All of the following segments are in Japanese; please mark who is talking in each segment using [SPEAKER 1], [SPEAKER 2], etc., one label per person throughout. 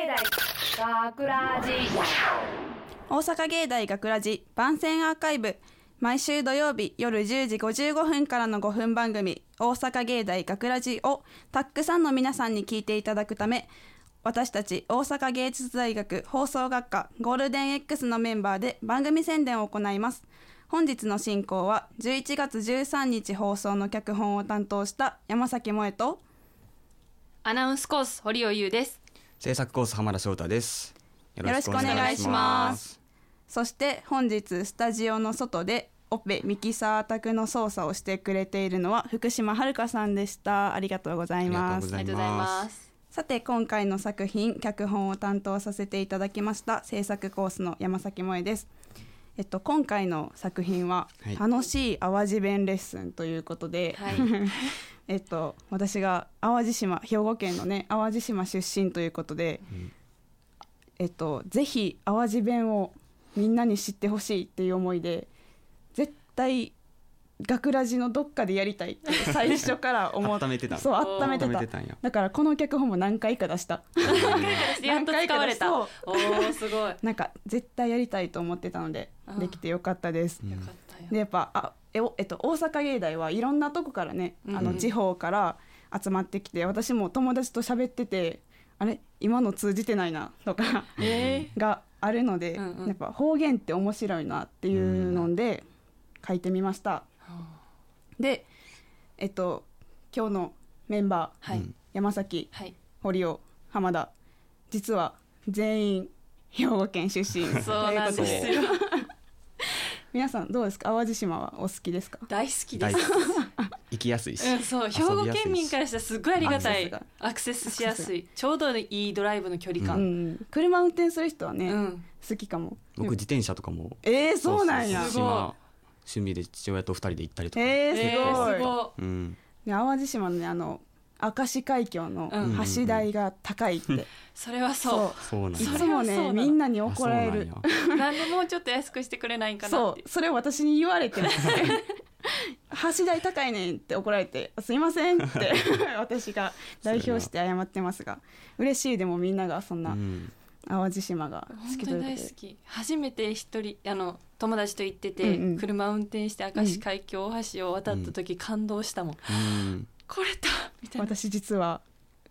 [SPEAKER 1] 大学ラジ
[SPEAKER 2] 大阪芸大学ラジ番宣アーカイブ毎週土曜日夜10時55分からの5分番組「大阪芸大学ラジをたくさんの皆さんに聞いていただくため私たち大阪芸術大学放送学科ゴールデン X のメンバーで番組宣伝を行います本日の進行は11月13日放送の脚本を担当した山崎萌と
[SPEAKER 3] アナウンスコース堀尾優です。
[SPEAKER 4] 制作コース浜田翔太ですよ
[SPEAKER 2] ろしくお願いしますそして本日スタジオの外でオペミキサー宅の操作をしてくれているのは福島遥さんでしたありがとうございま
[SPEAKER 4] ありがとうございます
[SPEAKER 3] ありがとうございます。
[SPEAKER 2] さて今回の作品脚本を担当させていただきました制作コースの山崎萌ですえっと今回の作品は
[SPEAKER 4] はい
[SPEAKER 2] 楽しい淡路弁レッスンということで、
[SPEAKER 3] はい。
[SPEAKER 2] えっと私が淡路島兵庫県のね淡路島出身ということで、
[SPEAKER 4] ん
[SPEAKER 2] えっとぜひ淡路弁をみんなに知ってほしいっていう思いで絶対学ラジのどっかでやりたいって最初から思っ
[SPEAKER 4] 温めてた
[SPEAKER 2] そう温めて
[SPEAKER 4] 温め
[SPEAKER 2] た
[SPEAKER 4] てたん や
[SPEAKER 2] だからこの脚本も何回か出した
[SPEAKER 3] やっと使われた。
[SPEAKER 2] 何
[SPEAKER 3] おおーすごい。よか
[SPEAKER 2] なんか絶対やりたいと思ってたので
[SPEAKER 3] あー
[SPEAKER 2] できてよかったです、
[SPEAKER 4] うん
[SPEAKER 3] ったよ。
[SPEAKER 2] でやっぱあえおえっと、大阪芸大はいろんなとこからね、あ
[SPEAKER 3] う
[SPEAKER 2] の
[SPEAKER 3] ん
[SPEAKER 2] 地方から集まってきて私も友達と喋っててあれ今の通じてないなとか
[SPEAKER 3] え
[SPEAKER 2] があるので、
[SPEAKER 3] うんうん
[SPEAKER 2] やっぱ方言って面白いなっていうので書いてみました、でえっと今日のメンバー、
[SPEAKER 3] ー、は
[SPEAKER 4] う
[SPEAKER 3] い
[SPEAKER 4] ん
[SPEAKER 2] 山崎
[SPEAKER 3] はい。
[SPEAKER 2] 堀尾浜田実は全員兵庫県出身
[SPEAKER 3] そうなん
[SPEAKER 2] とい
[SPEAKER 3] で
[SPEAKER 2] うこと
[SPEAKER 3] すよ。
[SPEAKER 2] 皆さんどうですか淡路島はお好きですか
[SPEAKER 3] 大好きで
[SPEAKER 4] 大
[SPEAKER 3] す
[SPEAKER 4] 好。き行きやすいし、
[SPEAKER 3] うん、そう兵庫県民からしたらすっごいありがたい
[SPEAKER 2] アクセスが
[SPEAKER 3] アクセスしやすいちょうどいいドライブの距離
[SPEAKER 2] う
[SPEAKER 3] 感
[SPEAKER 2] ん、車運転する人は
[SPEAKER 3] う
[SPEAKER 2] ね、
[SPEAKER 3] ん
[SPEAKER 2] 好きかも
[SPEAKER 4] 僕自転車とかも
[SPEAKER 2] えー、そうなんや
[SPEAKER 4] そ
[SPEAKER 3] す
[SPEAKER 4] うそ
[SPEAKER 3] ご
[SPEAKER 4] う島趣味で父親と二人で行ったりとか、
[SPEAKER 2] えー、すごい,、
[SPEAKER 3] えーすご
[SPEAKER 4] うん、
[SPEAKER 2] ね淡路島のねあの明石海峡の
[SPEAKER 3] うん
[SPEAKER 2] 橋台が高いって、
[SPEAKER 3] それはそ
[SPEAKER 2] そ
[SPEAKER 4] そうなん
[SPEAKER 2] う
[SPEAKER 4] だ
[SPEAKER 2] い
[SPEAKER 3] そ
[SPEAKER 2] つも
[SPEAKER 3] れはそ
[SPEAKER 2] ね
[SPEAKER 3] うなの
[SPEAKER 2] みんなに
[SPEAKER 4] あ
[SPEAKER 2] 怒られる
[SPEAKER 4] そう
[SPEAKER 3] うなんでもうちょっと安くしてくれないかなっ
[SPEAKER 2] そ
[SPEAKER 3] て
[SPEAKER 2] うそれを私に言われ て橋代高いねんって怒られて「すいません」って 私が代表して謝ってますが嬉しいでもみんながそん
[SPEAKER 4] な
[SPEAKER 2] なん
[SPEAKER 4] やうん
[SPEAKER 2] 淡路島が好
[SPEAKER 3] 本
[SPEAKER 2] き
[SPEAKER 3] 当
[SPEAKER 2] という
[SPEAKER 3] に
[SPEAKER 2] こと
[SPEAKER 3] 大
[SPEAKER 2] で
[SPEAKER 3] 好き初めて一人あの友達と行ってて、
[SPEAKER 2] うんうん
[SPEAKER 3] 車運転して明石海峡大橋を渡った時、感動したもん
[SPEAKER 4] うん
[SPEAKER 3] これだみたいな、
[SPEAKER 2] 私実は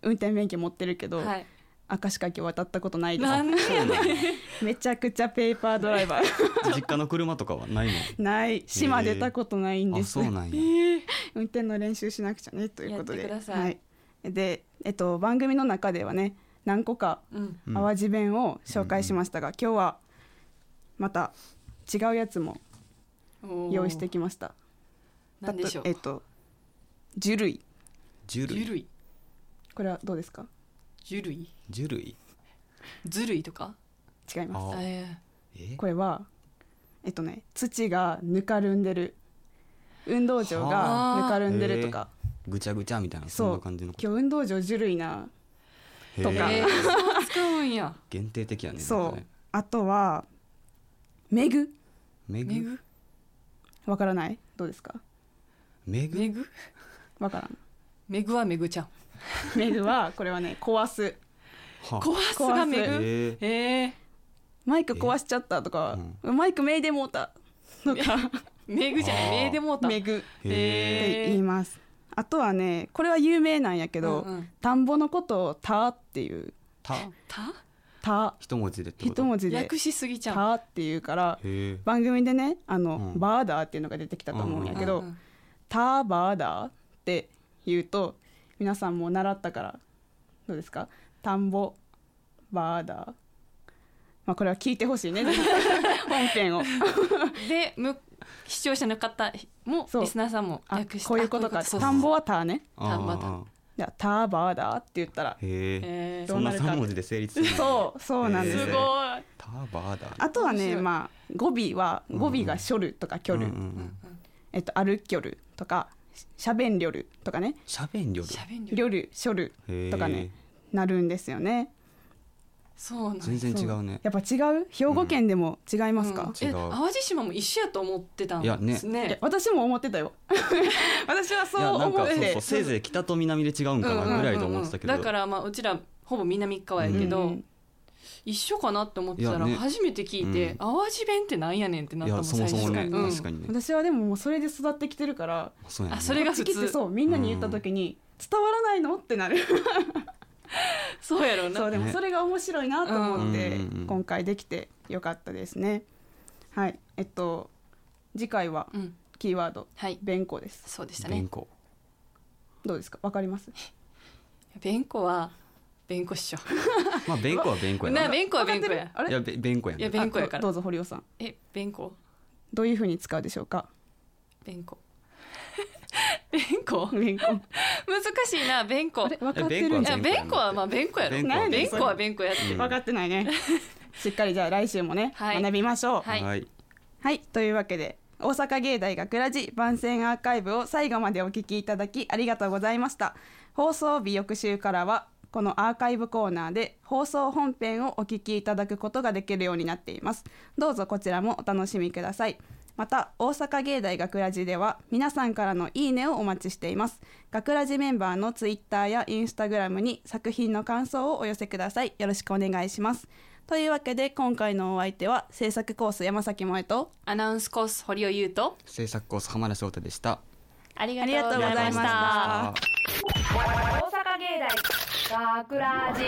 [SPEAKER 2] 運転免許持ってるけど、
[SPEAKER 3] はい、
[SPEAKER 2] 明石海峡渡ったことないで
[SPEAKER 3] なんでやねん
[SPEAKER 2] すめちゃくちゃペーパードライバ ー
[SPEAKER 4] 実家の車とかはない
[SPEAKER 2] ない島出たことないん
[SPEAKER 4] の
[SPEAKER 2] で
[SPEAKER 4] あ
[SPEAKER 2] す、
[SPEAKER 4] そうなんや、
[SPEAKER 2] 運転の練習しなくちゃねということで
[SPEAKER 3] やってください
[SPEAKER 2] はい、で、えっと、番組の中ではね何個か
[SPEAKER 3] うん、
[SPEAKER 4] うん
[SPEAKER 2] 淡路弁を紹介しましたが、今日はまた違うやつも
[SPEAKER 3] おー
[SPEAKER 2] 用意してきました。
[SPEAKER 3] なんでしょう
[SPEAKER 2] だとえっと樹類
[SPEAKER 4] ジュ
[SPEAKER 3] ゆ
[SPEAKER 4] ルイ
[SPEAKER 3] るい
[SPEAKER 2] これはどうですか？
[SPEAKER 3] ゆるい
[SPEAKER 4] ジュルイ
[SPEAKER 3] ずるいとか
[SPEAKER 2] 違います。
[SPEAKER 4] あ
[SPEAKER 3] えー
[SPEAKER 4] え
[SPEAKER 2] これはえっとね土がぬかるんでる運動場
[SPEAKER 3] は
[SPEAKER 2] が
[SPEAKER 3] あ
[SPEAKER 2] ぬかるんでるとか、
[SPEAKER 4] ぐちゃぐちゃみたいなそ
[SPEAKER 2] そ
[SPEAKER 4] んな
[SPEAKER 2] う今
[SPEAKER 4] 感じの
[SPEAKER 2] 日運動場樹類な
[SPEAKER 4] へ
[SPEAKER 2] とか
[SPEAKER 3] え
[SPEAKER 4] ー
[SPEAKER 3] ー、そう使うんや
[SPEAKER 4] 限定的やね
[SPEAKER 2] そう
[SPEAKER 4] なんかね
[SPEAKER 2] あとはめぐ
[SPEAKER 4] め
[SPEAKER 3] め
[SPEAKER 4] ぐ
[SPEAKER 3] ぐ
[SPEAKER 2] わからないどうですか？
[SPEAKER 4] めぐ
[SPEAKER 3] めぐ
[SPEAKER 2] わからん。
[SPEAKER 3] めぐはめぐちゃん
[SPEAKER 2] めぐはこれはね壊す
[SPEAKER 4] は
[SPEAKER 3] 壊すがめ
[SPEAKER 2] 壊
[SPEAKER 3] ぐ
[SPEAKER 4] えー
[SPEAKER 3] えー、
[SPEAKER 2] マイク壊しちゃったとか、マイクめいでもうたとか
[SPEAKER 3] めぐじゃ
[SPEAKER 4] あ
[SPEAKER 3] ん
[SPEAKER 4] ー
[SPEAKER 3] めいでもうた
[SPEAKER 2] めぐって
[SPEAKER 4] へ
[SPEAKER 3] え
[SPEAKER 2] 言います。あとはねこれは有名なんやけど、
[SPEAKER 3] うんうん
[SPEAKER 2] 田んぼのことを「た」っていう
[SPEAKER 4] た
[SPEAKER 3] た
[SPEAKER 2] 「た」
[SPEAKER 4] 一文字でってこと
[SPEAKER 2] 一文字で
[SPEAKER 3] 略しす
[SPEAKER 2] 「
[SPEAKER 3] ぎちゃう
[SPEAKER 2] た」っていうから
[SPEAKER 4] へえ
[SPEAKER 2] 番組でねあの、
[SPEAKER 4] うん
[SPEAKER 2] バーダーっていうのが出てきたと思うんやけど「
[SPEAKER 3] うんうん
[SPEAKER 2] たバーダー」って言うと皆さんも習ったからどうですか田んぼバーダー、まあ、これは聞いてほしい ね本編を。
[SPEAKER 3] でむ視聴者の方も
[SPEAKER 2] そう
[SPEAKER 3] リスナーさんも
[SPEAKER 2] あ
[SPEAKER 3] 略して
[SPEAKER 2] こういうことか
[SPEAKER 3] あそうそう
[SPEAKER 2] 田んぼは「た」ね。
[SPEAKER 4] あー
[SPEAKER 3] 田んぼだ
[SPEAKER 4] あ
[SPEAKER 2] じゃあターバーだって言ったら
[SPEAKER 4] ーへえ
[SPEAKER 3] えー
[SPEAKER 2] ど
[SPEAKER 4] そ
[SPEAKER 2] うんな
[SPEAKER 4] な
[SPEAKER 2] るか
[SPEAKER 4] 三文字で成立する
[SPEAKER 2] そうそうなんですす
[SPEAKER 3] ご
[SPEAKER 4] え
[SPEAKER 3] い
[SPEAKER 4] ータバーだ
[SPEAKER 2] あとは
[SPEAKER 3] 面
[SPEAKER 2] ね
[SPEAKER 3] 白い
[SPEAKER 2] まあ語尾は語尾が「しょる」とか「きょる」
[SPEAKER 4] うんうんうん
[SPEAKER 2] えっと「歩きょる」とか「しゃべんりょる」とかね
[SPEAKER 4] しゃべんりょる
[SPEAKER 3] しゃべん
[SPEAKER 2] 「
[SPEAKER 3] りょ
[SPEAKER 2] りょる」「しょる」
[SPEAKER 4] へー
[SPEAKER 2] とかねなるんですよね
[SPEAKER 3] そうなん
[SPEAKER 4] 全然違うね
[SPEAKER 2] やっぱ違う兵庫県でも違いますか、
[SPEAKER 3] うんえ
[SPEAKER 4] 違う
[SPEAKER 3] 淡路島も一緒やと思ってたん
[SPEAKER 4] いやね
[SPEAKER 3] です
[SPEAKER 2] いや
[SPEAKER 3] ね
[SPEAKER 2] 私も思ってたよ私はそう
[SPEAKER 4] いやなん
[SPEAKER 2] 思
[SPEAKER 4] か
[SPEAKER 2] っ
[SPEAKER 4] そ
[SPEAKER 2] て
[SPEAKER 4] う
[SPEAKER 2] て
[SPEAKER 4] そうせいぜい北と南で違うん
[SPEAKER 3] う
[SPEAKER 4] か
[SPEAKER 3] んうん
[SPEAKER 4] な
[SPEAKER 3] うんうん
[SPEAKER 4] ぐらいと思ってたけど
[SPEAKER 3] だからまあうちらほぼ南側やけ
[SPEAKER 2] う
[SPEAKER 3] ど
[SPEAKER 2] ん
[SPEAKER 3] 一緒かなって思ってた
[SPEAKER 4] いや
[SPEAKER 3] ら
[SPEAKER 4] ね
[SPEAKER 3] 初めて聞いて、
[SPEAKER 4] うん
[SPEAKER 3] 淡路弁ってなんやねんってないった
[SPEAKER 4] や
[SPEAKER 3] もん
[SPEAKER 4] そもそもね
[SPEAKER 3] 最初うん
[SPEAKER 4] 確かにね
[SPEAKER 2] 私はでももうそれで育ってきてるから
[SPEAKER 4] そうやね
[SPEAKER 3] あそれが普
[SPEAKER 2] こ
[SPEAKER 3] 通
[SPEAKER 2] っち来てそうみんなに言った時に伝わらないのってなる
[SPEAKER 3] そうやろうな
[SPEAKER 2] そうでも
[SPEAKER 4] ね
[SPEAKER 2] それが面白いなと思って
[SPEAKER 4] うんうんうん
[SPEAKER 2] 今回できてよかったですねはいえっと次回は
[SPEAKER 3] うん
[SPEAKER 2] キーワード
[SPEAKER 3] はい
[SPEAKER 2] 「弁護」です
[SPEAKER 3] そうでしたね
[SPEAKER 4] 弁護
[SPEAKER 2] どうですかわかります
[SPEAKER 3] 弁護は弁護っしょ
[SPEAKER 4] まあ弁護は弁護や
[SPEAKER 3] な
[SPEAKER 4] な
[SPEAKER 3] 弁護は弁護
[SPEAKER 2] わか
[SPEAKER 3] や
[SPEAKER 2] ってるあれ
[SPEAKER 4] いやべ弁護や
[SPEAKER 3] いや
[SPEAKER 4] ね
[SPEAKER 3] 弁護やか
[SPEAKER 2] あ
[SPEAKER 3] ら
[SPEAKER 2] どうぞ堀尾さん
[SPEAKER 3] え弁護
[SPEAKER 2] どういうふうに使うでしょうか
[SPEAKER 3] 弁護 弁護
[SPEAKER 2] 弁護
[SPEAKER 3] 難しいな弁護
[SPEAKER 2] あれ分かってるん
[SPEAKER 3] い
[SPEAKER 2] じゃ
[SPEAKER 3] や
[SPEAKER 2] ん
[SPEAKER 4] 弁
[SPEAKER 3] 弁護はまあ弁護やろ
[SPEAKER 4] 弁
[SPEAKER 2] 護は
[SPEAKER 3] 弁護は弁護やって、
[SPEAKER 4] うん
[SPEAKER 2] 分かってない ねしっかりじゃあ来週もね
[SPEAKER 3] はい
[SPEAKER 2] 学びましょう
[SPEAKER 3] はい
[SPEAKER 4] はい
[SPEAKER 2] はい、というわけで大阪芸大学ラジ番宣アーカイブを最後までお聞きいただきありがとうございました放送日翌週からはこのアーカイブコーナーで放送本編をお聞きいただくことができるようになっていますどうぞこちらもお楽しみくださいまた大阪芸大学ラジでは皆さんからのいいねをお待ちしています学ラジメンバーのツイッターやインスタグラムに作品の感想をお寄せくださいよろしくお願いしますというわけで今回のお相手は制作コース山崎萌と
[SPEAKER 3] アナウンスコース堀尾優斗
[SPEAKER 4] 制作コース浜田翔太でした
[SPEAKER 3] あり
[SPEAKER 2] がとうございました
[SPEAKER 4] ありがとうございまし
[SPEAKER 1] 大
[SPEAKER 4] た
[SPEAKER 1] 阪芸大学ラジ